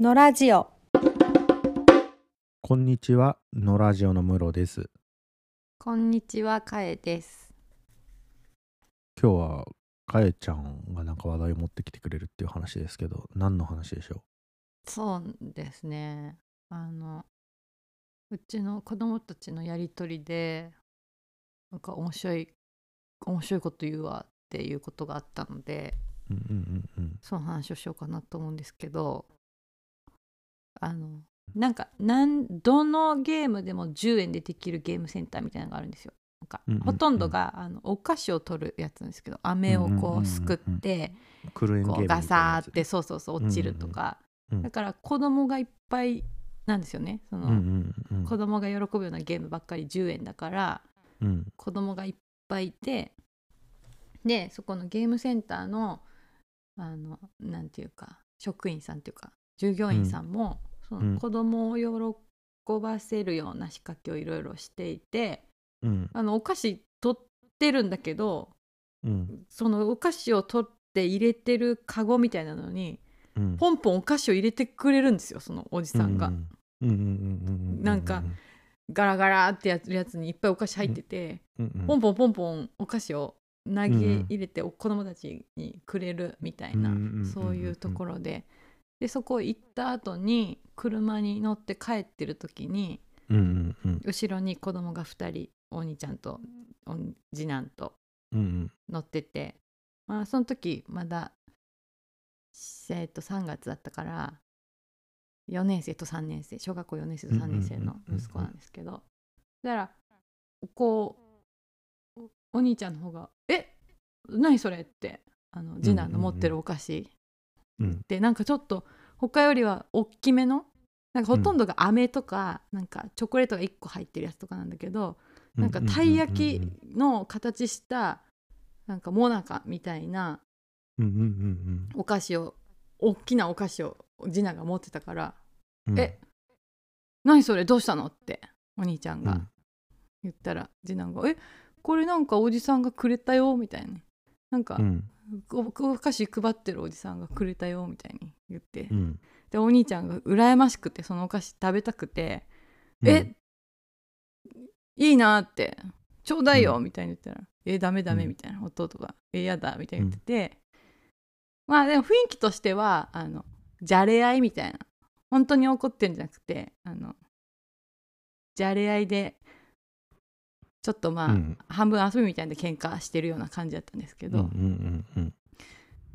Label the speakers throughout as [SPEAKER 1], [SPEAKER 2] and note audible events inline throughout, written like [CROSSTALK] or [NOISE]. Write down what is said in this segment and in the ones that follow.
[SPEAKER 1] のラジオ
[SPEAKER 2] こんにちは、のラジオのムロです。
[SPEAKER 3] こんにちは、かえです。
[SPEAKER 2] 今日は、かえちゃんがなんか話題を持ってきてくれるっていう話ですけど、何の話でしょ
[SPEAKER 3] そうですね。あの、うちの子供たちのやりとりで、なんか面白い、面白いこと言うわっていうことがあったので、
[SPEAKER 2] ううんうんうんうん。
[SPEAKER 3] その話をしようかなと思うんですけど、あの、なんか、なんどのゲームでも10円でできるゲームセンターみたいなのがあるんですよ。なんか
[SPEAKER 2] うんうんうん
[SPEAKER 3] ほとんどが、あのお菓子を取るやつなんですけど飴
[SPEAKER 2] う
[SPEAKER 3] を
[SPEAKER 2] んうんうんうん
[SPEAKER 3] こ
[SPEAKER 2] う
[SPEAKER 3] うんすくって、
[SPEAKER 2] クルエンゲー
[SPEAKER 3] こ
[SPEAKER 2] ム
[SPEAKER 3] う
[SPEAKER 2] みたい
[SPEAKER 3] ガ
[SPEAKER 2] なや
[SPEAKER 3] サ
[SPEAKER 2] つ
[SPEAKER 3] ーってそうそうそう落ちるとか、
[SPEAKER 2] うんうんうん
[SPEAKER 3] だから子供がいっぱいなんですよねそ
[SPEAKER 2] うん
[SPEAKER 3] の、
[SPEAKER 2] うんうん
[SPEAKER 3] 子供が喜ぶようなゲームばっかり10円だから
[SPEAKER 2] うん
[SPEAKER 3] 子供がいっぱいいてでそこのゲームセンターのあのなんていうか職員さんっていうか従業員さんも、そ
[SPEAKER 2] うん
[SPEAKER 3] の子供を喜ばせるような仕掛けをいろいろしていて
[SPEAKER 2] うん
[SPEAKER 3] あのお菓子取ってるんだけど
[SPEAKER 2] うん
[SPEAKER 3] そのお菓子を取って入れてるカゴみたいなのに
[SPEAKER 2] うん
[SPEAKER 3] ポンポンお菓子を入れてくれるんですよそのおじさんが、
[SPEAKER 2] うんうんうんうんうんうん
[SPEAKER 3] なんかガラガラってやるやつにいっぱいお菓子入ってて、
[SPEAKER 2] うんうん
[SPEAKER 3] ポンポンポンポンお菓子を投げ
[SPEAKER 2] うん
[SPEAKER 3] 入れてお子供たちにくれるみたいな、
[SPEAKER 2] うんうんうんうん
[SPEAKER 3] そういうところででそこ行った後に車に乗って帰ってる時に
[SPEAKER 2] うんうんうん
[SPEAKER 3] 後ろに子供が2人お兄ちゃんとおん次男と
[SPEAKER 2] うんうん
[SPEAKER 3] 乗ってて、まあ、その時まだ、えっと3月だったから4年生と3年生小学校4年生と3年生の息子なんですけどだからこうおお兄ちゃんの方が「え何それ?」ってあの次男の持ってるお菓子
[SPEAKER 2] うん
[SPEAKER 3] でなんかちょっと他よりは大きめのなんかほとんどが飴とか、なんかチョコレートが1個入ってるやつとかなんだけど、なんかたい焼きの形したなんかモナカみたいな
[SPEAKER 2] うんうんうん
[SPEAKER 3] お菓子を大きなお菓子を次男が持ってたから
[SPEAKER 2] うんうん
[SPEAKER 3] え「何それどうしたの?」ってお兄ちゃん
[SPEAKER 2] う
[SPEAKER 3] が
[SPEAKER 2] ん
[SPEAKER 3] 言ったら次男が「えこれなんかおじさんがくれたよ」みたいななんか
[SPEAKER 2] うん
[SPEAKER 3] おお菓子配ってるおじさんがくれたよみたいに言って
[SPEAKER 2] うん
[SPEAKER 3] でお兄ちゃんが羨ましくてそのお菓子食べたくてえいいなってちょうだいよ
[SPEAKER 2] う
[SPEAKER 3] みたいに言ったら、えダメダメ
[SPEAKER 2] うん
[SPEAKER 3] みたいな、弟がえやだみたいに言ってて、まあでも雰囲気としてはあのじゃれ合いみたいな本当に怒ってるんじゃなくてあのじゃれ合いでちょっとまあ、
[SPEAKER 2] うん
[SPEAKER 3] 半分遊びみたいな喧嘩してるような感じだったんですけ
[SPEAKER 2] うんう
[SPEAKER 3] ど、
[SPEAKER 2] んうんうん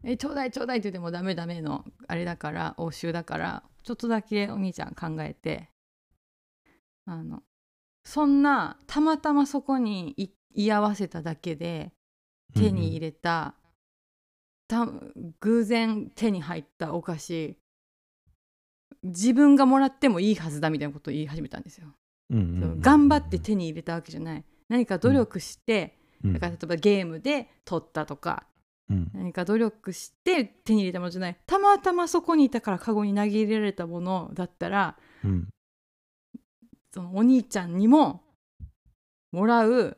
[SPEAKER 3] えちょうだいちょうだいって言ってもダメダメのあれだから応酬だからちょっとだけお兄ちゃん考えてあのそんなたまたまそこにい居合わせただけで手に入れた,、た偶然手に入ったお菓子自分がもらってもいいはずだみたいなことを言い始めたんですよ。
[SPEAKER 2] うんうんうんうん
[SPEAKER 3] 頑張って手に入れたわけじゃない何か努力して、
[SPEAKER 2] うん
[SPEAKER 3] だから例えばゲームで取ったとか
[SPEAKER 2] うん
[SPEAKER 3] 何か努力して手に入れたものじゃないたまたまそこにいたからカゴに投げ入れられたものだったら
[SPEAKER 2] うん
[SPEAKER 3] そのお兄ちゃんにももらう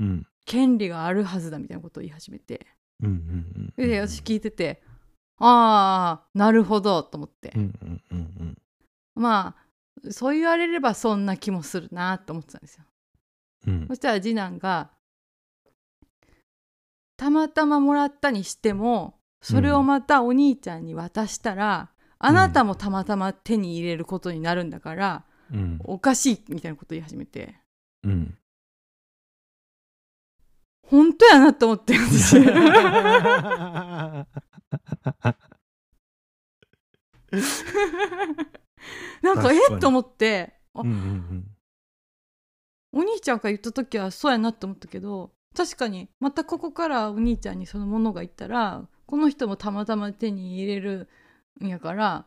[SPEAKER 2] うん
[SPEAKER 3] 権利があるはずだみたいなことを言い始めて
[SPEAKER 2] うんうんうん
[SPEAKER 3] で私聞いててああなるほどと思って、
[SPEAKER 2] うんうんうんうん
[SPEAKER 3] まあそう言われればそんな気もするなと思ってたんですよ。
[SPEAKER 2] うん
[SPEAKER 3] そしたら次男がたまたまもらったにしてもそれをまたお兄ちゃんに渡したら、あなたもたまたま手に入れることになるんだから、
[SPEAKER 2] うん
[SPEAKER 3] おかしいみたいなこと言い始めて
[SPEAKER 2] うん
[SPEAKER 3] 本当やなと思って
[SPEAKER 2] [LAUGHS]
[SPEAKER 3] 私
[SPEAKER 2] 確
[SPEAKER 3] なん
[SPEAKER 2] か
[SPEAKER 3] か
[SPEAKER 2] に
[SPEAKER 3] えっと思ってあ
[SPEAKER 2] うんうん
[SPEAKER 3] お兄ちゃんが言った時はそうやなって思ったけど確かにまたここからお兄ちゃんにそのものがいったらこの人もたまたま手に入れるんやから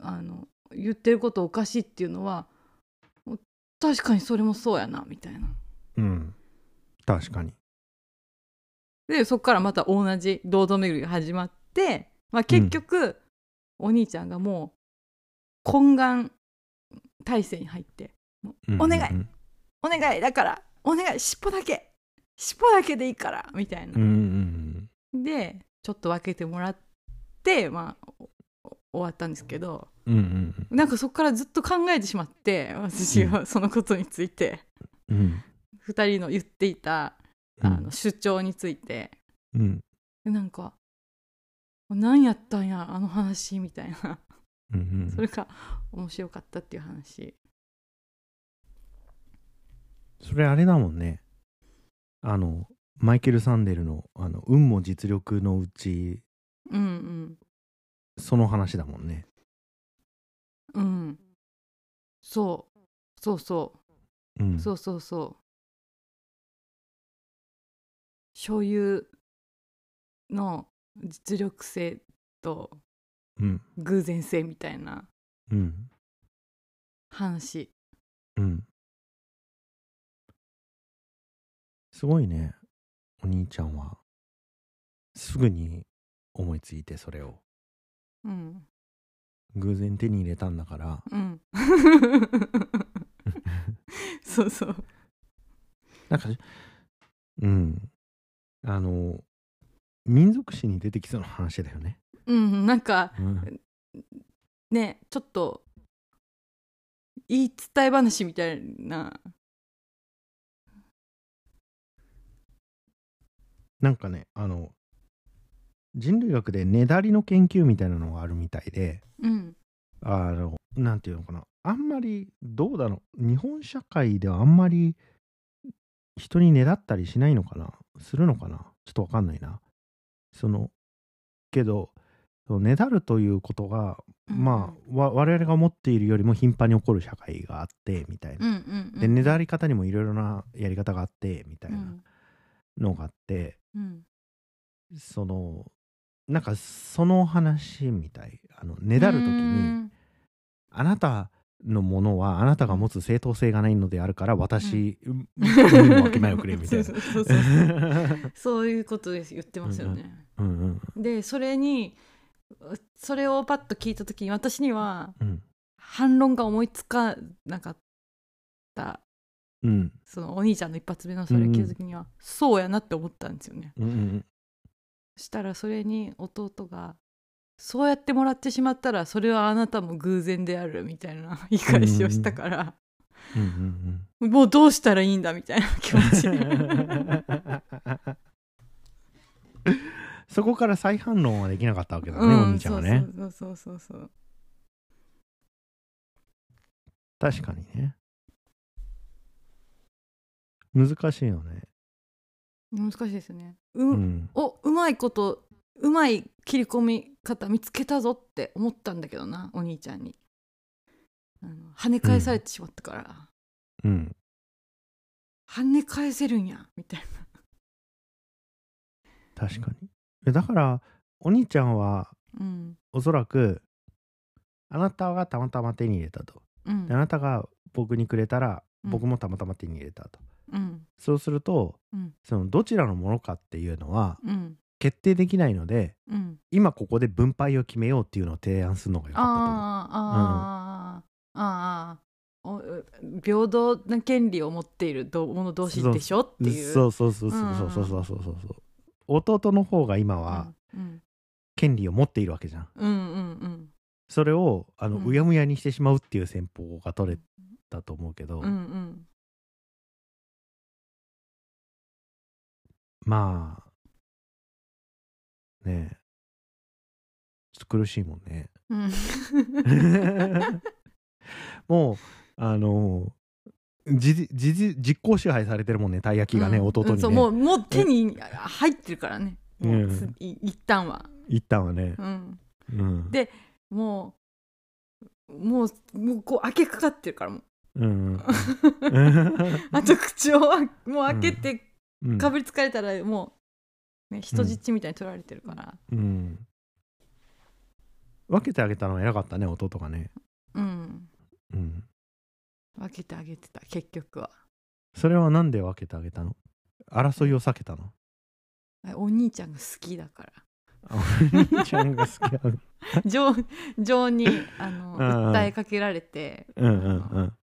[SPEAKER 3] あの言ってることおかしいっていうのは確かにそれもそうやなみたいな。
[SPEAKER 2] うんうん確かに
[SPEAKER 3] でそこからまた同じ堂々巡りが始まって、まあ、結局、お兄ちゃんがもう懇願体制に入って
[SPEAKER 2] うん
[SPEAKER 3] お願い「お願いだからお願い尻尾だけ尻尾だけでいいから」みたいな
[SPEAKER 2] うんうん
[SPEAKER 3] でちょっと分けてもらってまあお終わったんですけど
[SPEAKER 2] うんうん
[SPEAKER 3] なんかそこからずっと考えてしまって私はそのことについて、
[SPEAKER 2] うんうん
[SPEAKER 3] 2人の言っていたあの主張について、
[SPEAKER 2] うん
[SPEAKER 3] でなんか「何やったんやあの話」みたいな
[SPEAKER 2] うんうん
[SPEAKER 3] それが面白かったっていう話
[SPEAKER 2] それあれだもんねあのマイケル・サンデルのあの運も実力のうち
[SPEAKER 3] うん
[SPEAKER 2] その話だもんね
[SPEAKER 3] うんうんそうそうそう
[SPEAKER 2] うん
[SPEAKER 3] そうそうそう所有の実力性と
[SPEAKER 2] うん
[SPEAKER 3] 偶然性みたいな
[SPEAKER 2] うん
[SPEAKER 3] 話
[SPEAKER 2] うんすごいねお兄ちゃんはすぐに思いついてそれを
[SPEAKER 3] うん
[SPEAKER 2] 偶然手に入れたんだから
[SPEAKER 3] うん
[SPEAKER 2] [LAUGHS]
[SPEAKER 3] そうそう
[SPEAKER 2] なんかうんあの民族史に出てきそうな話だよね、
[SPEAKER 3] うんなんか
[SPEAKER 2] うん
[SPEAKER 3] ねちょっと言い伝え話みたいな
[SPEAKER 2] なんかねあの人類学でねだりの研究みたいなのがあるみたいで
[SPEAKER 3] うん
[SPEAKER 2] あのなんていうのかなあんまりどうだろう日本社会ではあんまり人にねだったりしないのかなするのかなちょっとわかんないなそのけどそのねだるということがまあ、わ我々が持っているよりも頻繁に起こる社会があってみたい
[SPEAKER 3] うんう
[SPEAKER 2] な、
[SPEAKER 3] んうんうん
[SPEAKER 2] でねだり方にもいろいろなやり方があってみたいなのがあって、
[SPEAKER 3] うん
[SPEAKER 2] そのなんかその話みたいあのねだる時
[SPEAKER 3] う
[SPEAKER 2] に
[SPEAKER 3] ん
[SPEAKER 2] あなたのものはあなたが持つ正当性がないのであるから私、うん、のわけないをくれみたい
[SPEAKER 3] [LAUGHS] そ
[SPEAKER 2] な
[SPEAKER 3] うそうそうそう
[SPEAKER 2] う
[SPEAKER 3] そういうことです言ってますよね。
[SPEAKER 2] んうん
[SPEAKER 3] でそれにそれをパッと聞いた時に私には
[SPEAKER 2] うん
[SPEAKER 3] 反論が思いつかなかった
[SPEAKER 2] うん
[SPEAKER 3] そのお兄ちゃんの一発目のそれを聞いた時には、そうやなって思ったんですよね。
[SPEAKER 2] うんうん
[SPEAKER 3] そしたらそれに弟が「そうやってもらってしまったらそれはあなたも偶然である」みたいな言い返しをしたから、
[SPEAKER 2] うんうん
[SPEAKER 3] もうどうしたらいいんだみたいな [LAUGHS] 気持
[SPEAKER 2] [LAUGHS]
[SPEAKER 3] ち。
[SPEAKER 2] そこから再反論はできなかったわけだね、
[SPEAKER 3] う
[SPEAKER 2] お兄ちゃんはね
[SPEAKER 3] そうそうそうそうそう
[SPEAKER 2] 確かにね難しいよね
[SPEAKER 3] 難しいですよね。う
[SPEAKER 2] うんん
[SPEAKER 3] おうまいことうまい切り込み方見つけたぞって思ったんだけどなお兄ちゃんにあの跳ね返されてしまったから、
[SPEAKER 2] うん
[SPEAKER 3] 跳ね返せるんやみたい
[SPEAKER 2] 確かにえだからお兄ちゃんは
[SPEAKER 3] なうん
[SPEAKER 2] おそらくあなたがたまたま手に入れたと
[SPEAKER 3] う
[SPEAKER 2] で
[SPEAKER 3] ん
[SPEAKER 2] あなたが僕にくれたら
[SPEAKER 3] うん
[SPEAKER 2] 僕もたまたま手に入れたと、
[SPEAKER 3] うん
[SPEAKER 2] そうすると
[SPEAKER 3] うん
[SPEAKER 2] そのどちらのものかっていうのは
[SPEAKER 3] うん
[SPEAKER 2] 決定できないので
[SPEAKER 3] うん
[SPEAKER 2] 今ここで分配を決めようっていうのを提案するのが良かったと思う
[SPEAKER 3] あーあー、あーあーお平等な権利を持っているど者同士でしょっていう
[SPEAKER 2] そううそうそうそうそうそうそうそうそう弟の方が今は
[SPEAKER 3] ん
[SPEAKER 2] 権利を持っているわけじゃん、
[SPEAKER 3] うんうんうん
[SPEAKER 2] それをあの、
[SPEAKER 3] うん
[SPEAKER 2] うやむやにしてしまうっていう戦法が取れたと思うけど、
[SPEAKER 3] うんうん
[SPEAKER 2] まあねえちょっと苦しいもん
[SPEAKER 3] [LAUGHS]
[SPEAKER 2] ね
[SPEAKER 3] うんうん
[SPEAKER 2] もうあのじじじじ実行支配されてるもんねたい焼きがね、
[SPEAKER 3] うん
[SPEAKER 2] 弟に
[SPEAKER 3] うん
[SPEAKER 2] ね、
[SPEAKER 3] そうもうもう手に入ってるからね、もううんすい一旦は、
[SPEAKER 2] 一旦はね
[SPEAKER 3] う、ん、
[SPEAKER 2] うん、
[SPEAKER 3] でもうもうもうこう開けかかってるから
[SPEAKER 2] [LAUGHS]
[SPEAKER 3] もう
[SPEAKER 2] うん
[SPEAKER 3] あと口をあもう開けて
[SPEAKER 2] うん
[SPEAKER 3] かぶりつかれたらもう、ね、人質みたいに取られてるから、
[SPEAKER 2] うん。分けてあげたのは偉かったね、弟がね。
[SPEAKER 3] うん、
[SPEAKER 2] うん。
[SPEAKER 3] 分けてあげてた結局は
[SPEAKER 2] それはなんで分けてあげたの争いを避けた
[SPEAKER 3] [LAUGHS]
[SPEAKER 2] の
[SPEAKER 3] お兄ちゃんが好き
[SPEAKER 2] [LAUGHS]
[SPEAKER 3] だから
[SPEAKER 2] あお兄ちゃんが好きなの。
[SPEAKER 3] 情情にあの
[SPEAKER 2] うんうん
[SPEAKER 3] 訴えかけられて
[SPEAKER 2] うんうんうん。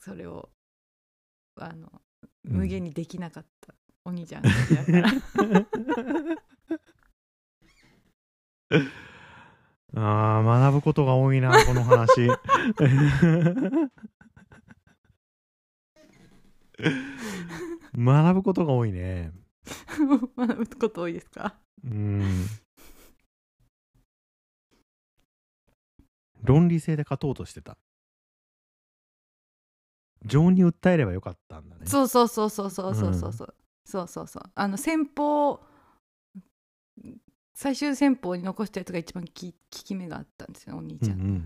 [SPEAKER 3] それをあの
[SPEAKER 2] うん
[SPEAKER 3] 無限にできなかった、お兄ちゃんが好きだから。
[SPEAKER 2] [LAUGHS] あー学ぶことが多いなこの話学ぶことが多いね
[SPEAKER 3] 学ぶこと多いですか
[SPEAKER 2] うん論理性で勝とうとしてた情に訴えればよかったんだね
[SPEAKER 3] そうそうそうそうそうそうそうそうそうそうそうあの先方最終戦法に残したやつが一番き効き目があったんですよお兄
[SPEAKER 2] うん
[SPEAKER 3] ち
[SPEAKER 2] う
[SPEAKER 3] ゃ
[SPEAKER 2] ん
[SPEAKER 3] ん
[SPEAKER 2] う
[SPEAKER 3] の、
[SPEAKER 2] んうん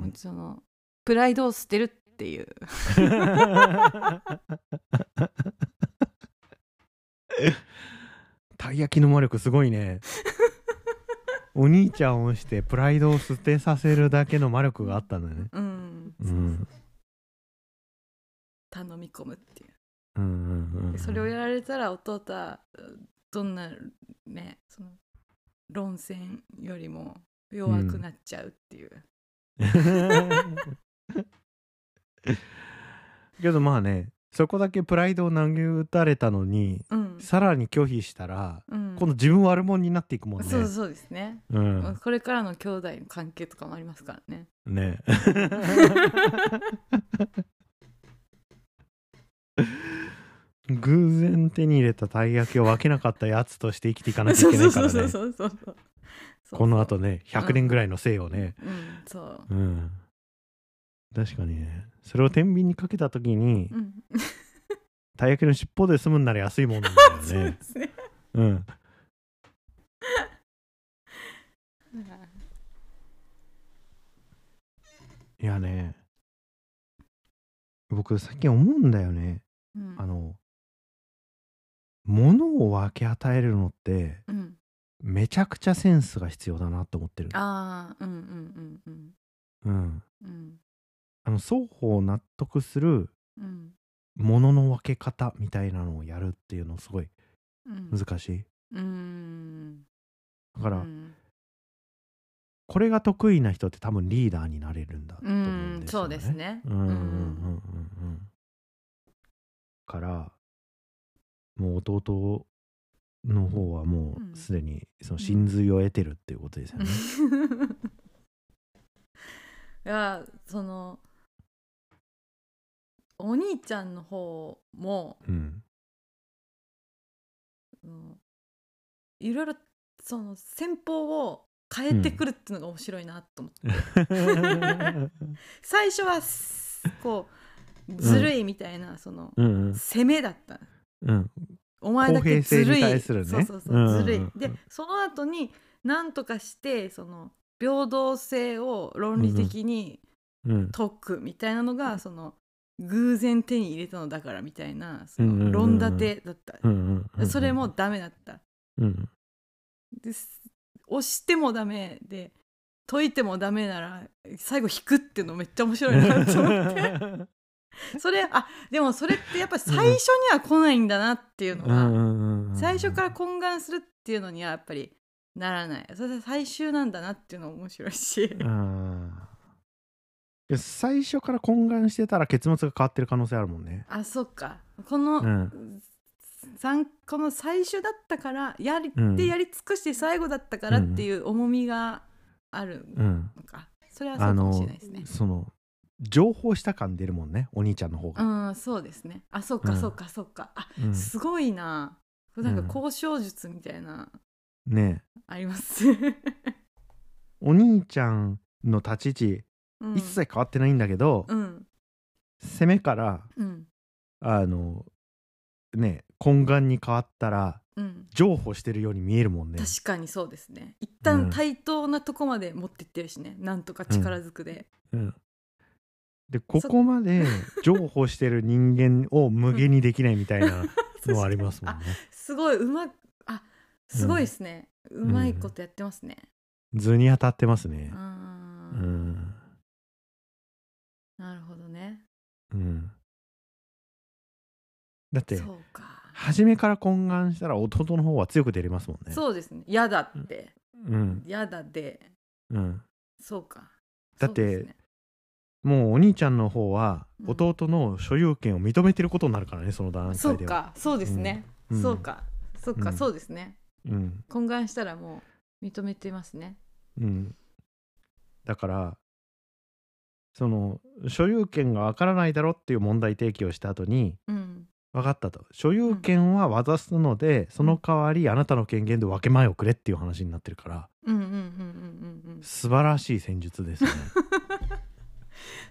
[SPEAKER 2] うんうん
[SPEAKER 3] そのプライドを捨てるっていう
[SPEAKER 2] たい焼きの魔力すごいねお兄ちゃんをしてプライドを捨てさせるだけの魔力があったんだよね
[SPEAKER 3] うん、
[SPEAKER 2] うん
[SPEAKER 3] 頼み込むっていう
[SPEAKER 2] うんうんうん
[SPEAKER 3] でそれをやられたら弟はどんなねその論戦よりも弱くなっちゃうっていう、
[SPEAKER 2] [LAUGHS] けどまあねそこだけプライドを投げ打たれたのに
[SPEAKER 3] うん
[SPEAKER 2] さらに拒否したら
[SPEAKER 3] うん
[SPEAKER 2] 今度自分悪者になっていくもんね。
[SPEAKER 3] そうそうですね、
[SPEAKER 2] うん、
[SPEAKER 3] これからの兄弟の関係とかもありますからね
[SPEAKER 2] ね偶然手に入れたたい焼きを分けなかったやつとして生きていかなきゃ
[SPEAKER 3] そ
[SPEAKER 2] いうけな
[SPEAKER 3] そ
[SPEAKER 2] い
[SPEAKER 3] う
[SPEAKER 2] か
[SPEAKER 3] そう
[SPEAKER 2] ら
[SPEAKER 3] そう
[SPEAKER 2] ね
[SPEAKER 3] そうそうそう
[SPEAKER 2] このあとね100年ぐらいの生をね、
[SPEAKER 3] うんそう
[SPEAKER 2] うん。確かにね。それを天秤にかけたときに、
[SPEAKER 3] うん
[SPEAKER 2] たい焼きの尻尾で済むんなら安いもんなんだよ
[SPEAKER 3] そうで
[SPEAKER 2] ね。
[SPEAKER 3] すね
[SPEAKER 2] うん。 [LAUGHS] いやね。僕、最近思うんだよね。
[SPEAKER 3] うん
[SPEAKER 2] あの、物を分け与えるのって、
[SPEAKER 3] うん
[SPEAKER 2] めちゃくちゃセンスが必要だなと思ってる。
[SPEAKER 3] ああうんうんうん
[SPEAKER 2] うん。
[SPEAKER 3] うんうん
[SPEAKER 2] あの、双方を納得する
[SPEAKER 3] うん
[SPEAKER 2] 物の分け方みたいなのをやるっていうのすごい
[SPEAKER 3] うん
[SPEAKER 2] 難しい。
[SPEAKER 3] うん
[SPEAKER 2] だから、
[SPEAKER 3] うん
[SPEAKER 2] これが得意な人って多分リーダーになれるんだと思うんです
[SPEAKER 3] そ
[SPEAKER 2] よね。
[SPEAKER 3] うです。ね
[SPEAKER 2] うんうんうんうんうん。からもう弟の方はも
[SPEAKER 3] うん
[SPEAKER 2] うすでにその真髄を得てるっていうことです
[SPEAKER 3] [LAUGHS]
[SPEAKER 2] よね。
[SPEAKER 3] いやそのお兄ちゃんの方も [LAUGHS]
[SPEAKER 2] うん
[SPEAKER 3] うんいろいろその戦法を変えてくるっていうのが面白いなと思って、最初はすこうずるいみたいな、その
[SPEAKER 2] うんうん
[SPEAKER 3] 攻めだった
[SPEAKER 2] うん
[SPEAKER 3] お前だけ
[SPEAKER 2] 公平
[SPEAKER 3] ず
[SPEAKER 2] 性
[SPEAKER 3] る
[SPEAKER 2] に
[SPEAKER 3] い
[SPEAKER 2] 対するね
[SPEAKER 3] そうそうそう、
[SPEAKER 2] うんうんうん
[SPEAKER 3] ずるいでその後に何とかしてその平等性を論理的に
[SPEAKER 2] うん
[SPEAKER 3] 解くみたいなのが、その偶然手に入れたのだからみたいなそ
[SPEAKER 2] うんうんうんう
[SPEAKER 3] の
[SPEAKER 2] ん
[SPEAKER 3] 論立てだった、
[SPEAKER 2] うんうんうん
[SPEAKER 3] それもダメだった
[SPEAKER 2] うん
[SPEAKER 3] です押してもダメで解いてもダメなら最後引くっていうのめっちゃ面白いな
[SPEAKER 2] [LAUGHS]
[SPEAKER 3] と思ってそれあでもそれってやっぱ最初には来ないんだなっていうの
[SPEAKER 2] うんう
[SPEAKER 3] が
[SPEAKER 2] んうんうん
[SPEAKER 3] 最初から懇願するっていうのにはやっぱりならないそれで最終なんだなっていうのも面白いし
[SPEAKER 2] あーいや最初から懇願してたら結末が変わってる可能性あるもんね。
[SPEAKER 3] あそっかこの、
[SPEAKER 2] うん
[SPEAKER 3] 三この最終だったからやり、
[SPEAKER 2] うん
[SPEAKER 3] でやり尽くして最後だったからっていう重みがある
[SPEAKER 2] うん、
[SPEAKER 3] のか、それはそう
[SPEAKER 2] あ
[SPEAKER 3] かもし
[SPEAKER 2] の
[SPEAKER 3] れないですね
[SPEAKER 2] その情報した感出るもんねお兄ちゃんの方が。
[SPEAKER 3] うん、そうですね。あ、そうか、
[SPEAKER 2] うん
[SPEAKER 3] そうか、そうか。あ、
[SPEAKER 2] うん
[SPEAKER 3] すごいな。なんか
[SPEAKER 2] うん
[SPEAKER 3] 交渉術みたいな、
[SPEAKER 2] ねえ
[SPEAKER 3] あります。 [LAUGHS] う
[SPEAKER 2] お兄ちゃんの立ち位置、
[SPEAKER 3] ん
[SPEAKER 2] 一切変わってないんだけど、
[SPEAKER 3] うん、
[SPEAKER 2] 攻めから
[SPEAKER 3] うん、
[SPEAKER 2] あのねえ懇願に変わったら
[SPEAKER 3] うん。
[SPEAKER 2] 譲歩してるように見えるもんね。
[SPEAKER 3] 確かにそうですね。一
[SPEAKER 2] う
[SPEAKER 3] 旦
[SPEAKER 2] ん
[SPEAKER 3] 対等なとこまで持ってってるしね。なんとか力ずくで。
[SPEAKER 2] うんでここまで譲歩してる人間を無限にできないみたいなのはあります
[SPEAKER 3] [LAUGHS]
[SPEAKER 2] もんね。
[SPEAKER 3] すごい、うまく、あ、すごいですね。うまいことやってますね。
[SPEAKER 2] 図に当たってますね
[SPEAKER 3] う。。
[SPEAKER 2] うんん
[SPEAKER 3] なるほどね。
[SPEAKER 2] うん、だって
[SPEAKER 3] そうか。
[SPEAKER 2] 初めから懇願したら弟の方は強く出れますもんね。
[SPEAKER 3] そうですね。嫌だって。
[SPEAKER 2] うん
[SPEAKER 3] 嫌だで。
[SPEAKER 2] うん、
[SPEAKER 3] そうか。
[SPEAKER 2] だって
[SPEAKER 3] そうですね
[SPEAKER 2] もうお兄ちゃんの方は
[SPEAKER 3] うん
[SPEAKER 2] 弟の所有権を認めてることになるからねその段
[SPEAKER 3] そう
[SPEAKER 2] 階では。
[SPEAKER 3] かそうですね、
[SPEAKER 2] うん
[SPEAKER 3] そうかそうか、
[SPEAKER 2] うん
[SPEAKER 3] そうですね
[SPEAKER 2] うん
[SPEAKER 3] 懇願したらもう認めてますね
[SPEAKER 2] うん、だからその所有権がわからないだろっていう問題提起をした後に
[SPEAKER 3] うん
[SPEAKER 2] 分かったと所有権は渡すので、その代わりあなたの権限で分け前をくれっていう話になってるから
[SPEAKER 3] うんうんうんうんうんうん
[SPEAKER 2] 素晴らしい戦術
[SPEAKER 3] [LAUGHS]
[SPEAKER 2] ですね。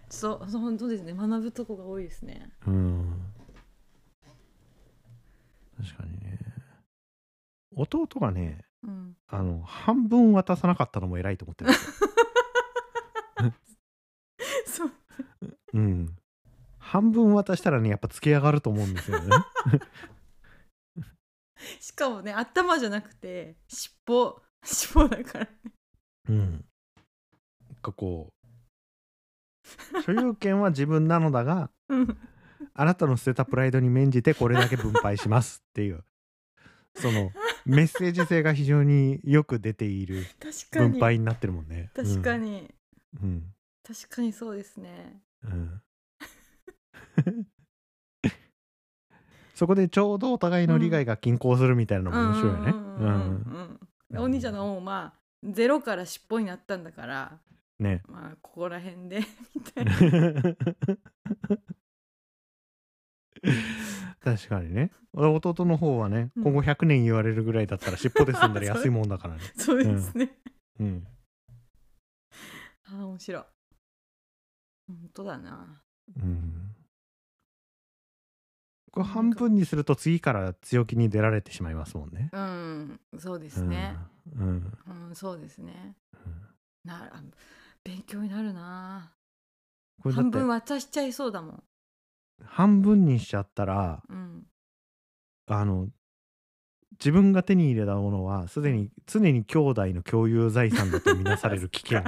[SPEAKER 3] そうそう本当ですね学ぶとこが多いですね
[SPEAKER 2] うん確かにね弟がね
[SPEAKER 3] うん
[SPEAKER 2] あの半分渡さなかったのも偉いと思ってるんですよ
[SPEAKER 3] そう
[SPEAKER 2] うん。半分渡したらね、やっぱつけ上がると思うんです
[SPEAKER 3] [LAUGHS]
[SPEAKER 2] よね。
[SPEAKER 3] しかもね頭じゃなくて尻尾尻尾だから
[SPEAKER 2] うん。なんかこう、所有権は自分なのだが、
[SPEAKER 3] うん
[SPEAKER 2] あなたの捨てたプライドに免じてこれだけ分配しますっていう、そのメッセージ性が非常によく出ている
[SPEAKER 3] 確か
[SPEAKER 2] 分
[SPEAKER 3] に
[SPEAKER 2] 配になってるもんね。
[SPEAKER 3] 確か
[SPEAKER 2] に。
[SPEAKER 3] に、
[SPEAKER 2] うん。
[SPEAKER 3] 確かにそうですね
[SPEAKER 2] うん。そこでちょうどお互いの利害が均衡するみたいなのも面白いよね。
[SPEAKER 3] うんうんうん、お兄ちゃんの方もまあゼロから尻尾になったんだから
[SPEAKER 2] ね。
[SPEAKER 3] まあここら辺でみたいな
[SPEAKER 2] 確かにね弟の方はね、
[SPEAKER 3] うん
[SPEAKER 2] 今後100年言われるぐらいだったら尻尾で済んだら安いもんだからね
[SPEAKER 3] そうですね、
[SPEAKER 2] うん
[SPEAKER 3] ああ面白い本当だな
[SPEAKER 2] うんこれ半分にすると次から強気に出られてしまいますもんね
[SPEAKER 3] うんそうですね
[SPEAKER 2] うん、うん
[SPEAKER 3] うん、そうですねなるあ勉強になるな
[SPEAKER 2] これだ
[SPEAKER 3] 半
[SPEAKER 2] って
[SPEAKER 3] 分渡しちゃいそうだもん
[SPEAKER 2] 半分にしちゃったら
[SPEAKER 3] うん
[SPEAKER 2] あの自分が手に入れたものはすでに常に兄弟の共有財産だとみなされる危
[SPEAKER 3] [LAUGHS]
[SPEAKER 2] 険を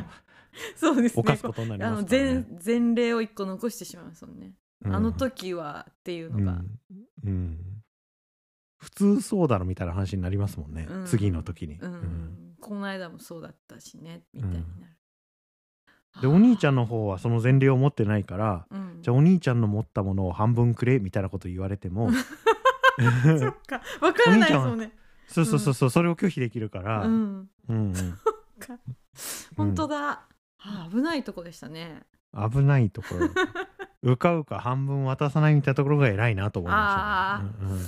[SPEAKER 3] そうですね
[SPEAKER 2] 犯すことになり
[SPEAKER 3] あ
[SPEAKER 2] ます
[SPEAKER 3] の
[SPEAKER 2] から、ね
[SPEAKER 3] 前、前例を一個残してしまいますもんね、
[SPEAKER 2] うん
[SPEAKER 3] あの時はっていうのが、
[SPEAKER 2] うんうん普通そうだろみたいな話になりますもんね、
[SPEAKER 3] うん
[SPEAKER 2] 次の時に、
[SPEAKER 3] うんこの間もそうだったしねみたいになる、
[SPEAKER 2] うんでお兄ちゃ
[SPEAKER 3] ん、
[SPEAKER 2] んの方はその前例を持ってないから
[SPEAKER 3] うん、
[SPEAKER 2] じゃあお兄ちゃんの持ったものを半分くれみたいなこと言われて
[SPEAKER 3] [LAUGHS]
[SPEAKER 2] も
[SPEAKER 3] そっかわからないですもんね
[SPEAKER 2] そう [LAUGHS] そうそうそうそれを拒否できるから、
[SPEAKER 3] う
[SPEAKER 2] うん
[SPEAKER 3] ん
[SPEAKER 2] うん
[SPEAKER 3] か本当だ、あ危ないとこでしたね
[SPEAKER 2] 危ないところうかうか半分渡さないみたいなところが偉いなと思いましたね、うんうん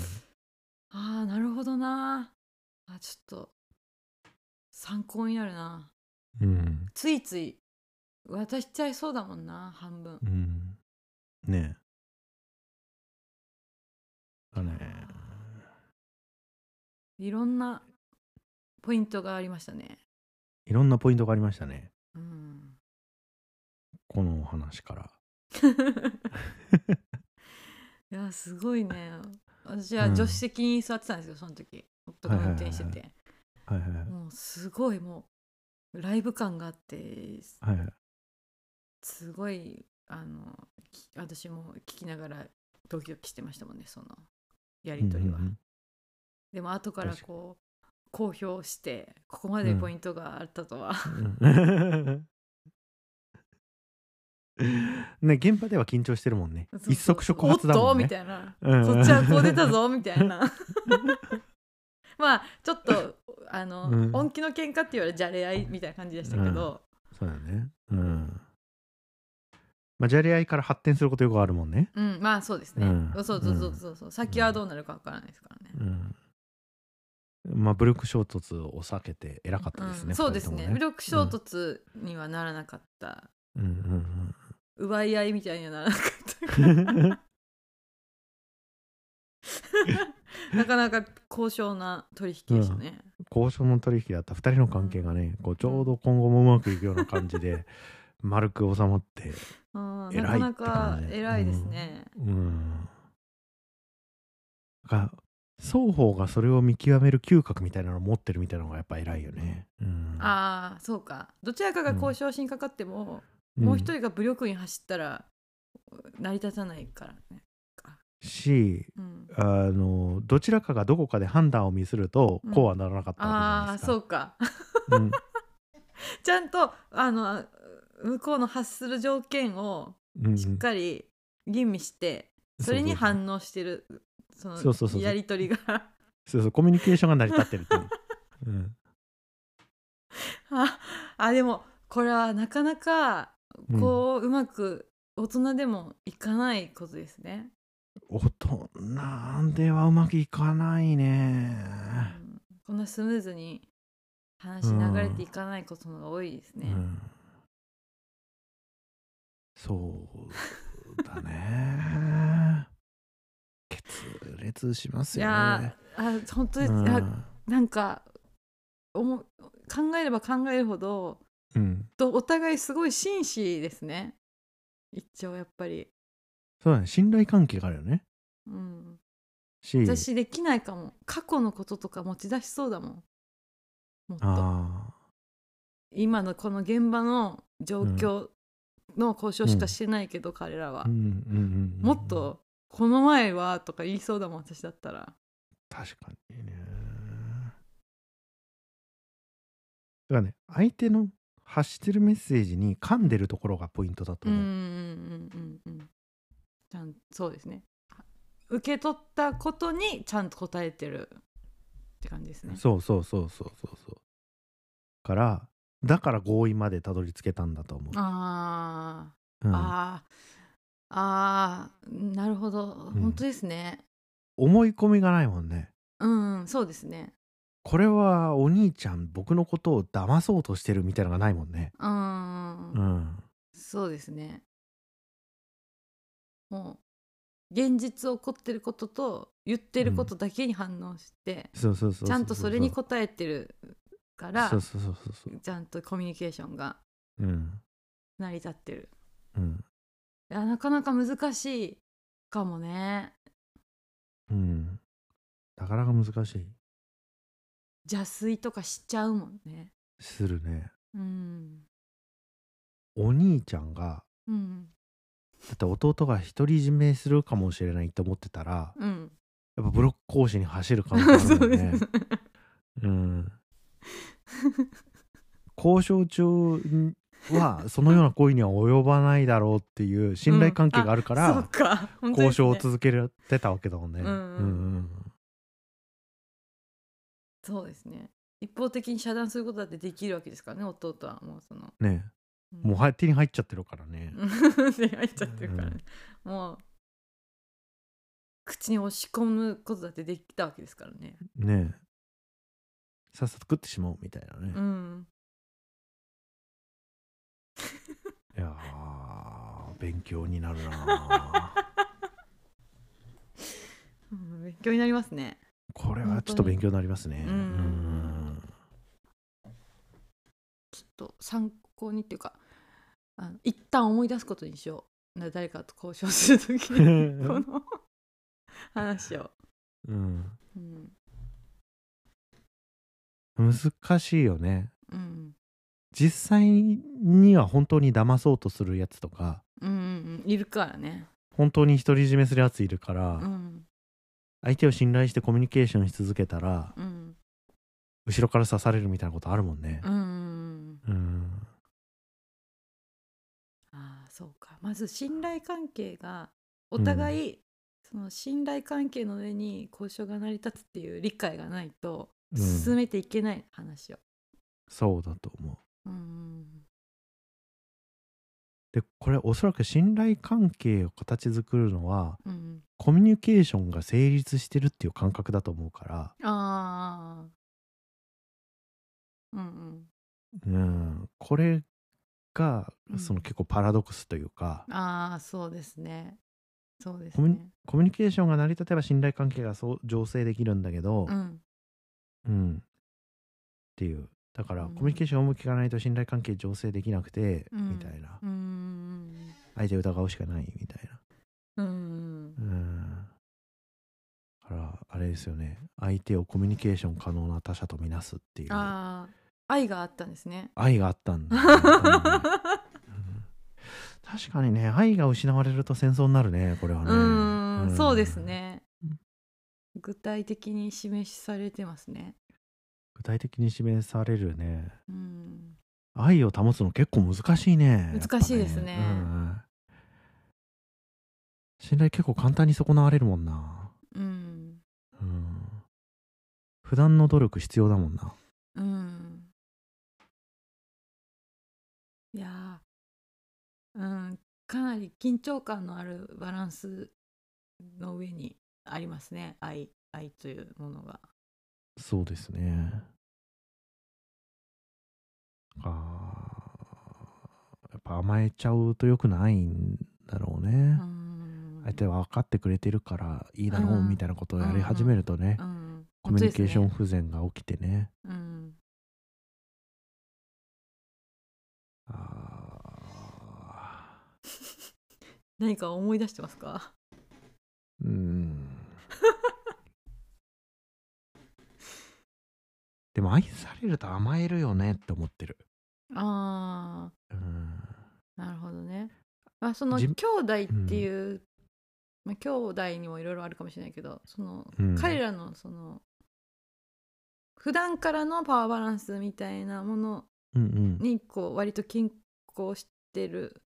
[SPEAKER 3] ああなるほどなあちょっと参考になるな
[SPEAKER 2] うん
[SPEAKER 3] ついつい渡しちゃいそうだもんな半分
[SPEAKER 2] うんねえだね
[SPEAKER 3] いろんなポイントがありましたね
[SPEAKER 2] いろんなポイントがありましたね
[SPEAKER 3] うん
[SPEAKER 2] [LAUGHS] このお話から
[SPEAKER 3] いやすごいね私は
[SPEAKER 2] うん
[SPEAKER 3] 助手席に座ってたんですよその時夫が運転して
[SPEAKER 2] はい
[SPEAKER 3] て、
[SPEAKER 2] はいはいはい
[SPEAKER 3] もうすごいもうライブ感があって
[SPEAKER 2] はいはい
[SPEAKER 3] すごいあのき私も聞きながらドキドキしてましたもんねそのやり取りは、
[SPEAKER 2] うんうんうん
[SPEAKER 3] でも後から
[SPEAKER 2] 確か
[SPEAKER 3] こう公表してここまでポイントがあったとは、
[SPEAKER 2] [LAUGHS] ね現場では緊張してるもんね
[SPEAKER 3] そう
[SPEAKER 2] 一
[SPEAKER 3] そう
[SPEAKER 2] 足触発だもん
[SPEAKER 3] おっ
[SPEAKER 2] ね
[SPEAKER 3] とみたいな
[SPEAKER 2] うん
[SPEAKER 3] こっちはこう出たぞみた
[SPEAKER 2] [LAUGHS]
[SPEAKER 3] いなまあちょっとあの、
[SPEAKER 2] うん
[SPEAKER 3] 本気の喧嘩って言われじゃれ合いみたいな感じでしたけど、
[SPEAKER 2] そうだねうんまあじゃれ合いから発展することよくあるもんね
[SPEAKER 3] うん、まあそうですね。
[SPEAKER 2] うん
[SPEAKER 3] そうそうそうそうそう。先はどうなるかわからないですからね。
[SPEAKER 2] うんまあ武力衝突を避けて偉かったですね、
[SPEAKER 3] うんそうですね。武
[SPEAKER 2] 力
[SPEAKER 3] 力衝突にはならなかった。
[SPEAKER 2] うんうん
[SPEAKER 3] 奪い合いみたいにはならなかった
[SPEAKER 2] うん
[SPEAKER 3] なかなか高尚な取引でしたね。
[SPEAKER 2] 交渉の取引だった2人の関係がね、こうちょうど今後もうまくいくような感じ
[SPEAKER 3] [LAUGHS]
[SPEAKER 2] で丸く収まって
[SPEAKER 3] あー
[SPEAKER 2] 偉い
[SPEAKER 3] なかな
[SPEAKER 2] っ
[SPEAKER 3] か
[SPEAKER 2] て感じ
[SPEAKER 3] 偉いですね。
[SPEAKER 2] うんが双方がそれを見極める嗅覚みたいなのを持ってるみたいなのがやっぱ偉いよね、うん、
[SPEAKER 3] ああそうか。どちらかが交渉しにかかっても、
[SPEAKER 2] うん
[SPEAKER 3] もう一人が武力に走ったら成り立たないからね。
[SPEAKER 2] し
[SPEAKER 3] うん、
[SPEAKER 2] あのどちらかがどこかで判断をミスると、
[SPEAKER 3] うん
[SPEAKER 2] こうはならなかったわ
[SPEAKER 3] ああ
[SPEAKER 2] けじゃ
[SPEAKER 3] そ
[SPEAKER 2] ないう
[SPEAKER 3] か。
[SPEAKER 2] ですか、うん
[SPEAKER 3] ちゃんとあの向こうの発する条件を
[SPEAKER 2] うん
[SPEAKER 3] しっかり吟味して、それに反応してるその
[SPEAKER 2] そうそうそう
[SPEAKER 3] やり取りが [LAUGHS]
[SPEAKER 2] そうそうコミュニケーションが成り立ってるっていう、うん
[SPEAKER 3] ああでもこれはなかなか
[SPEAKER 2] うん
[SPEAKER 3] こう、うまく大人でもいかないことですね。
[SPEAKER 2] 大人ではうまくいかないね。
[SPEAKER 3] うんこんなスムーズに話流れていかないことの方が多いですね。
[SPEAKER 2] うん、そうだ
[SPEAKER 3] [LAUGHS]
[SPEAKER 2] ね。決裂します
[SPEAKER 3] い
[SPEAKER 2] よ
[SPEAKER 3] や
[SPEAKER 2] ね。
[SPEAKER 3] ーあ本当
[SPEAKER 2] う
[SPEAKER 3] に、あ
[SPEAKER 2] ん
[SPEAKER 3] なんかおも考えれば考えるほど
[SPEAKER 2] うん、
[SPEAKER 3] とお互いすごい紳士ですね一応やっぱり、
[SPEAKER 2] そうだね信頼関係があるよね
[SPEAKER 3] うん、
[SPEAKER 2] し
[SPEAKER 3] 私できないかも過去のこととか持ち出しそうだもんもっと
[SPEAKER 2] あ
[SPEAKER 3] 今のこの現場の状況の交渉しかしてないけど、彼ら
[SPEAKER 2] あ、
[SPEAKER 3] は
[SPEAKER 2] うん、うんうんうん
[SPEAKER 3] もっとこの前はとか言いそうだもん私だったら
[SPEAKER 2] 確かにねだからね相手の発してるメッセージに噛んでるところがポイントだと
[SPEAKER 3] うん
[SPEAKER 2] 思
[SPEAKER 3] う
[SPEAKER 2] う、
[SPEAKER 3] んうんうんうんちゃんそうですね受け取ったことにちゃんと答えてるって感じですね
[SPEAKER 2] そうそうそうそうそうそうからだから合意までたどり着けたんだと思う、
[SPEAKER 3] ああ
[SPEAKER 2] うん
[SPEAKER 3] あーあーなるほど
[SPEAKER 2] うん
[SPEAKER 3] 本当ですね
[SPEAKER 2] 思い込みがないもんね
[SPEAKER 3] うん、そうですね
[SPEAKER 2] これはお兄ちゃん僕のことを騙そうとしてるみたいなのがないもんね
[SPEAKER 3] うん、
[SPEAKER 2] うん
[SPEAKER 3] そうですねもう現実起こってることと言ってることだけに反応して、
[SPEAKER 2] そうそうそううう
[SPEAKER 3] ちゃんとそれに応えてるから
[SPEAKER 2] そうそうそうそうそう
[SPEAKER 3] ちゃんとコミュニケーションが
[SPEAKER 2] うん
[SPEAKER 3] 成り立ってる
[SPEAKER 2] うん
[SPEAKER 3] いやなかなか難しいかもね
[SPEAKER 2] うんなかなか難しい
[SPEAKER 3] 邪推とかしちゃうもんね
[SPEAKER 2] するね
[SPEAKER 3] うん
[SPEAKER 2] お兄ちゃんが
[SPEAKER 3] うん
[SPEAKER 2] だって弟が独り占めするかもしれないと思ってたら
[SPEAKER 3] うん
[SPEAKER 2] やっぱブロック講師に走る可能性あるもん
[SPEAKER 3] [LAUGHS] そう
[SPEAKER 2] ね
[SPEAKER 3] です
[SPEAKER 2] うん、交渉中はそのような行為には及ばないだろうっていう信頼関係があるか
[SPEAKER 3] そ
[SPEAKER 2] ら
[SPEAKER 3] うか本当
[SPEAKER 2] 交
[SPEAKER 3] で
[SPEAKER 2] 渉を
[SPEAKER 3] すね
[SPEAKER 2] 続けてたわけだもんね。
[SPEAKER 3] うんうん
[SPEAKER 2] うん
[SPEAKER 3] そうですね一方的に遮断することだってできるわけですからね弟はもうその、
[SPEAKER 2] うんね
[SPEAKER 3] ん [LAUGHS]
[SPEAKER 2] もうは手に入っちゃってるからね。
[SPEAKER 3] うん出会っちゃってるから、ねもう口に押し込むことだってできたわけですからね
[SPEAKER 2] ねさっさと食ってしまおうみたいなね。
[SPEAKER 3] う
[SPEAKER 2] い
[SPEAKER 3] ん
[SPEAKER 2] やー勉強になるなー
[SPEAKER 3] うん勉強になりますね
[SPEAKER 2] これはちょっと勉強になりますね。
[SPEAKER 3] うん
[SPEAKER 2] うん
[SPEAKER 3] ちょっと参考にっていうかあの一旦思い出すことにしような誰かと交渉するときにこの話を、
[SPEAKER 2] うん
[SPEAKER 3] うん
[SPEAKER 2] 難しいよね。
[SPEAKER 3] うん、
[SPEAKER 2] 実際には本当に騙そうとするやつとか
[SPEAKER 3] うんうんうんいるからね
[SPEAKER 2] 本当に独り占めするやついるから、
[SPEAKER 3] うん
[SPEAKER 2] 相手を信頼してコミュニケーションし続けたら
[SPEAKER 3] うん
[SPEAKER 2] 後ろから刺されるみたいなことあるもんね
[SPEAKER 3] う。ん
[SPEAKER 2] うん
[SPEAKER 3] ああそうかまず信頼関係がお互い、その信頼関係の上に交渉が成り立つっていう理解がないと
[SPEAKER 2] うん
[SPEAKER 3] 進めていけない話を。
[SPEAKER 2] そうだと思う。
[SPEAKER 3] うん
[SPEAKER 2] でこれおそらく信頼関係を形作るのは
[SPEAKER 3] うん、
[SPEAKER 2] コミュニケーションが成立してるっていう感覚だと思うから、
[SPEAKER 3] ああうん
[SPEAKER 2] うん、これが
[SPEAKER 3] うん
[SPEAKER 2] その結構パラドックスというか、
[SPEAKER 3] うんああそうですねそうです
[SPEAKER 2] コミュ
[SPEAKER 3] ね。
[SPEAKER 2] コミュニケーションが成り立てば信頼関係がそう醸成できるんだけど、
[SPEAKER 3] うん
[SPEAKER 2] うん、っていうだから
[SPEAKER 3] う
[SPEAKER 2] コ
[SPEAKER 3] ん
[SPEAKER 2] ミュニケーションを向きがないと信頼関係醸成できなくて、
[SPEAKER 3] うん
[SPEAKER 2] みたいな
[SPEAKER 3] うん
[SPEAKER 2] 相手を疑うしかないみたいな
[SPEAKER 3] うん
[SPEAKER 2] うんだからあれですよね相手をコミュニケーション可能な他者とみなすっていう
[SPEAKER 3] ああ愛があったんですね。
[SPEAKER 2] 愛があった
[SPEAKER 3] [LAUGHS]
[SPEAKER 2] んだよね、うん確かにね愛が失われると戦争になるねこれはね
[SPEAKER 3] うーん、そうですね
[SPEAKER 2] うん。
[SPEAKER 3] 具体的に示しされてますね。
[SPEAKER 2] 具体的に示されるね
[SPEAKER 3] うん、
[SPEAKER 2] 愛を保つの結構難しいね
[SPEAKER 3] 難しいですね
[SPEAKER 2] やっぱうん信頼結構簡単に損なわれるもんな
[SPEAKER 3] うん、
[SPEAKER 2] うん普段の努力必要だもんな
[SPEAKER 3] うん。うん、かなり緊張感のあるバランスの上にありますね愛愛というものが。
[SPEAKER 2] そうですね。あーやっぱ甘えちゃうと良くないんだろう
[SPEAKER 3] う
[SPEAKER 2] ね。
[SPEAKER 3] ん
[SPEAKER 2] 相手は分かってくれてるからいいだろ
[SPEAKER 3] う
[SPEAKER 2] うんみたいなことをやり始めるとね、
[SPEAKER 3] うん
[SPEAKER 2] コミュニケーション
[SPEAKER 3] 本
[SPEAKER 2] 不全が起きてね。
[SPEAKER 3] 当ですねうん
[SPEAKER 2] あ
[SPEAKER 3] 何か思い出してますか
[SPEAKER 2] ーうーん。 [LAUGHS] でも愛されると甘えるよねって思ってる。
[SPEAKER 3] あ
[SPEAKER 2] うん。
[SPEAKER 3] ーなるほどね。まあその
[SPEAKER 2] じ
[SPEAKER 3] 兄弟っていう、まあ、兄弟にもいろいろあるかもしれないけどその
[SPEAKER 2] うん
[SPEAKER 3] 彼らのその普段からのパワーバランスみたいなもの
[SPEAKER 2] うんうん。
[SPEAKER 3] にこう割と均衡してる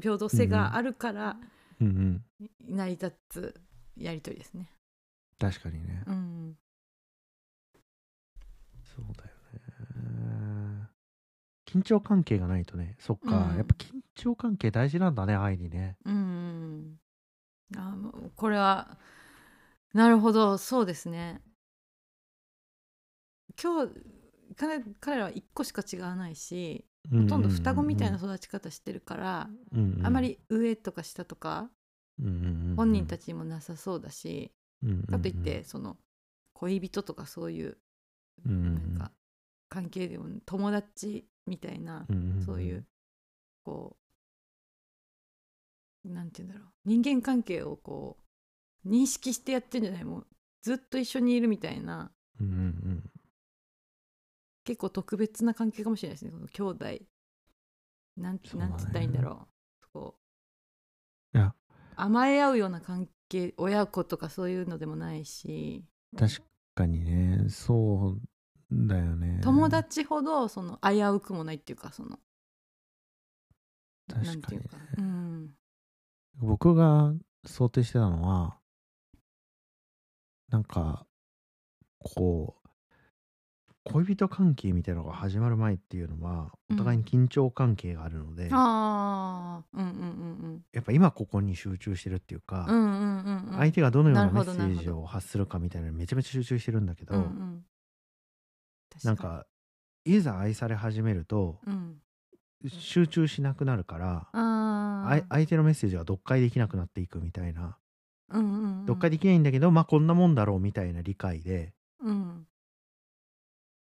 [SPEAKER 3] 平等性があるから
[SPEAKER 2] うんうん。
[SPEAKER 3] 成り立つやりとりですね。
[SPEAKER 2] 確かにね。
[SPEAKER 3] うん、
[SPEAKER 2] そうだよね。緊張関係がないとね、そっか、
[SPEAKER 3] うん
[SPEAKER 2] やっぱ緊張関係大事なんだね、愛にね。
[SPEAKER 3] うん、あもうこれはなるほどそうですね。今日彼彼らは1個しか違わないし
[SPEAKER 2] ほ
[SPEAKER 3] ほとんど双子みたいな育ち方してるから、あまり上とか下とか本人た
[SPEAKER 2] ち
[SPEAKER 3] ちにもなさそうだし、
[SPEAKER 2] だ
[SPEAKER 3] かといって、その恋人とかそういうなんか関係でも友達みたいな、そういうこうなんて言うんだろう人間関係をこう認識してやってんじゃないもうずっと一緒にいるみたいな
[SPEAKER 2] うんうんうん
[SPEAKER 3] 結構特別な関係かもしれないですねこの兄弟なん
[SPEAKER 2] そうだね
[SPEAKER 3] なんつったらいいんだろうこう
[SPEAKER 2] いや
[SPEAKER 3] 甘え合うような関係親子とかそういうのでもないし
[SPEAKER 2] 確かにねそうだよね
[SPEAKER 3] 友達ほどその危うくもないっていうかそのなん
[SPEAKER 2] 確か
[SPEAKER 3] てい
[SPEAKER 2] に
[SPEAKER 3] うか、うん、
[SPEAKER 2] 僕が想定してたのはなんかこう恋人関係みたいなのが始まる前っていうのはお互いに緊張関係があるので、や
[SPEAKER 3] ああうんうんうん
[SPEAKER 2] っぱ今ここに集中してるっていうか、
[SPEAKER 3] うんうんうんうんうん
[SPEAKER 2] 相手がどのような
[SPEAKER 3] なる
[SPEAKER 2] メッ
[SPEAKER 3] ほど
[SPEAKER 2] セージを発するかみたいなのにめちゃめちゃ集中してるんだけど、
[SPEAKER 3] うんうん、確
[SPEAKER 2] なんかいざ愛され始めると
[SPEAKER 3] に、うん、
[SPEAKER 2] 集中しなくなるから、
[SPEAKER 3] あ
[SPEAKER 2] あい相手のメッセージが読解できなくなっていくみたいな、
[SPEAKER 3] あ、うんうんうん、
[SPEAKER 2] 読解できないんだけどまあこんなもんだろうみたいな理解で
[SPEAKER 3] うん、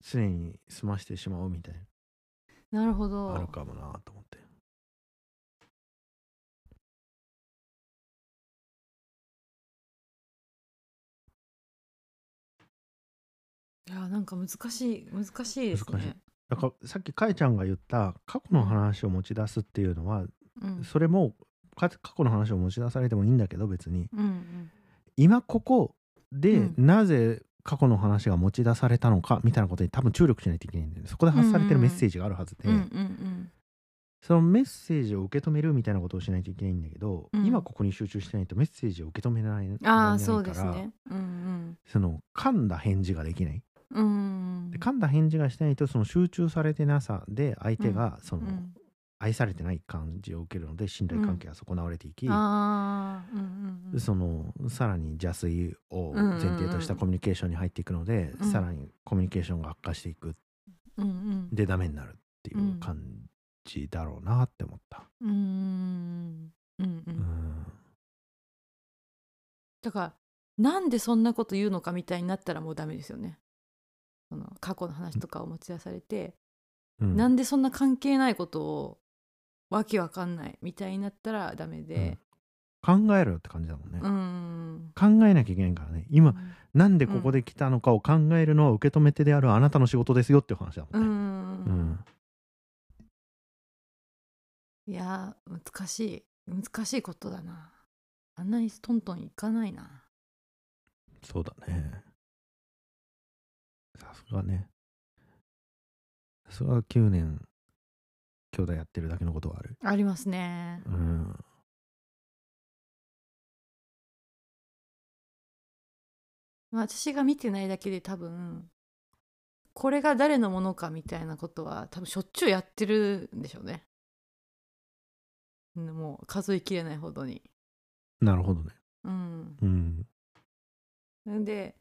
[SPEAKER 2] 常に済ましてしまうみたい
[SPEAKER 3] なるほど
[SPEAKER 2] なあるかもなと思って
[SPEAKER 3] いやなんか難しい難しいですね
[SPEAKER 2] 難しいだからさっきかえちゃんが言った過去の話を持ち出すっていうのは、
[SPEAKER 3] うん
[SPEAKER 2] それもか過去の話を持ち出されてもいいんだけど別に
[SPEAKER 3] うんうん
[SPEAKER 2] 今ここで、
[SPEAKER 3] うん
[SPEAKER 2] なぜ過去の話が持ち出されたのかみたいなことに多分注力しないといけないんだよねそこで発されてるメッセージがあるはずで、
[SPEAKER 3] うんうん
[SPEAKER 2] そのメッセージを受け止めるみたいなことをしないといけないんだけど、
[SPEAKER 3] うん
[SPEAKER 2] 今ここに集中してないとメッセージを受け止められない
[SPEAKER 3] うんあ
[SPEAKER 2] ら
[SPEAKER 3] あ
[SPEAKER 2] れない
[SPEAKER 3] そうですねうん
[SPEAKER 2] その噛んだ返事ができない
[SPEAKER 3] うんうん
[SPEAKER 2] で噛んだ返事がしてないとその集中されてなさで相手がその
[SPEAKER 3] うん
[SPEAKER 2] 愛されてない感じを受けるので信頼関係が損なわれていき、
[SPEAKER 3] ああうんうんうん
[SPEAKER 2] そのさらに邪推を前提としたコミュニケーションに入っていくので、
[SPEAKER 3] うん
[SPEAKER 2] さらにコミュニケーションが悪化していく
[SPEAKER 3] うん
[SPEAKER 2] でダメになるっていううん感じだろうなって思った。
[SPEAKER 3] うんうんうん
[SPEAKER 2] う
[SPEAKER 3] う
[SPEAKER 2] んん
[SPEAKER 3] だからなんでそんなこと言うのかみたいになったらもうダメですよねその過去の話とかを持ち出されて
[SPEAKER 2] うん
[SPEAKER 3] なんでそんな関係ないことをわけわかんないみたいになったらダメで、
[SPEAKER 2] 考えろよって感じだもんね
[SPEAKER 3] う、ん、
[SPEAKER 2] 考えなきゃいけないからね今なんでここで来たのかを考えるのは受け止めてであるあなたの仕事ですよっていう話だも
[SPEAKER 3] うん
[SPEAKER 2] ね、
[SPEAKER 3] ん、
[SPEAKER 2] うん
[SPEAKER 3] いやー難しい難しいことだなあんなにトントンいかないな
[SPEAKER 2] そうだねさすがねさすが9年兄弟やってるだけのことはある
[SPEAKER 3] ありますね
[SPEAKER 2] うん
[SPEAKER 3] まあ私が見てないだけで多分これが誰のものかみたいなことは多分しょっちゅうやってるんでしょうねもう数えきれないほどに。
[SPEAKER 2] なるほどね。
[SPEAKER 3] うん、
[SPEAKER 2] うん。
[SPEAKER 3] なんで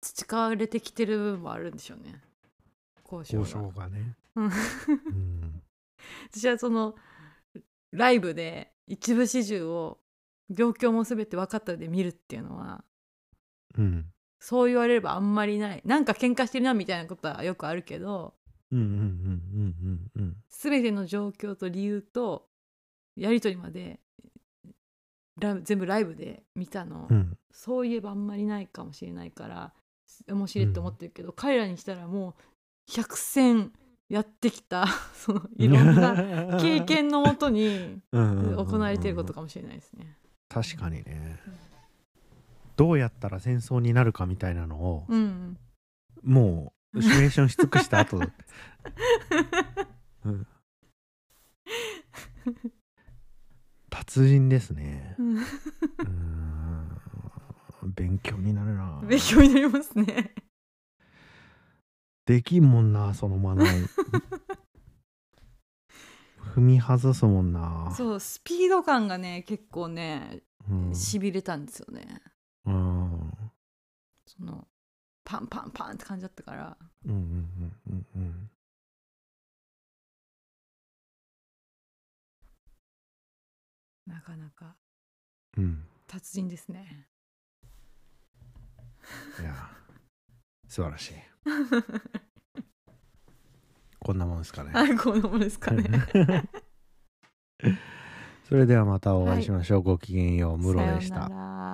[SPEAKER 3] 培われてきてる部分もあるんでしょうね交渉
[SPEAKER 2] 交渉
[SPEAKER 3] が
[SPEAKER 2] がね。
[SPEAKER 3] う
[SPEAKER 2] うんん。
[SPEAKER 3] 私はそのライブで一部始終を状況も全て分かった上で見るっていうのは
[SPEAKER 2] うん。
[SPEAKER 3] そう言われればあんまりないなんか喧嘩してるなみたいなことはよくあるけど
[SPEAKER 2] うんうんうんうんうんうん。
[SPEAKER 3] 全ての状況と理由とやり取りまでライブ全部ライブで見たの、
[SPEAKER 2] うん。
[SPEAKER 3] そういえばあんまりないかもしれないから面白いって思ってるけど、彼らにしたらもう100戦やってきた [LAUGHS] そ
[SPEAKER 2] [LAUGHS]
[SPEAKER 3] のいろんな
[SPEAKER 2] な
[SPEAKER 3] 経験のも
[SPEAKER 2] [LAUGHS]
[SPEAKER 3] とに
[SPEAKER 2] 行
[SPEAKER 3] 行われていることかもしれないですね。
[SPEAKER 2] 確かにねどうやったら戦争になるかみたいなのを、
[SPEAKER 3] うん、
[SPEAKER 2] もうシミュレーションし尽くした後
[SPEAKER 3] [LAUGHS]
[SPEAKER 2] うん達人ですね
[SPEAKER 3] うん
[SPEAKER 2] うーん勉強になるな
[SPEAKER 3] 勉強になります
[SPEAKER 2] [LAUGHS]
[SPEAKER 3] ね。
[SPEAKER 2] できんもんなそのマ
[SPEAKER 3] [LAUGHS]
[SPEAKER 2] ナー踏み外すもんな
[SPEAKER 3] そうスピード感がね結構ね
[SPEAKER 2] うん
[SPEAKER 3] しびれたんですよね。
[SPEAKER 2] うん
[SPEAKER 3] そのパンパンパンって感じだったから
[SPEAKER 2] うんうんうんうんうん
[SPEAKER 3] なかなか
[SPEAKER 2] うん
[SPEAKER 3] 達人です
[SPEAKER 2] [LAUGHS]
[SPEAKER 3] ね。
[SPEAKER 2] いや素晴ら
[SPEAKER 3] [LAUGHS]
[SPEAKER 2] しいこんなもんですかね
[SPEAKER 3] はいこんなもんですかね。
[SPEAKER 2] [LAUGHS] それではまたお会いしましょう、ごきげんようムロでし
[SPEAKER 3] さよ
[SPEAKER 2] た
[SPEAKER 3] うなら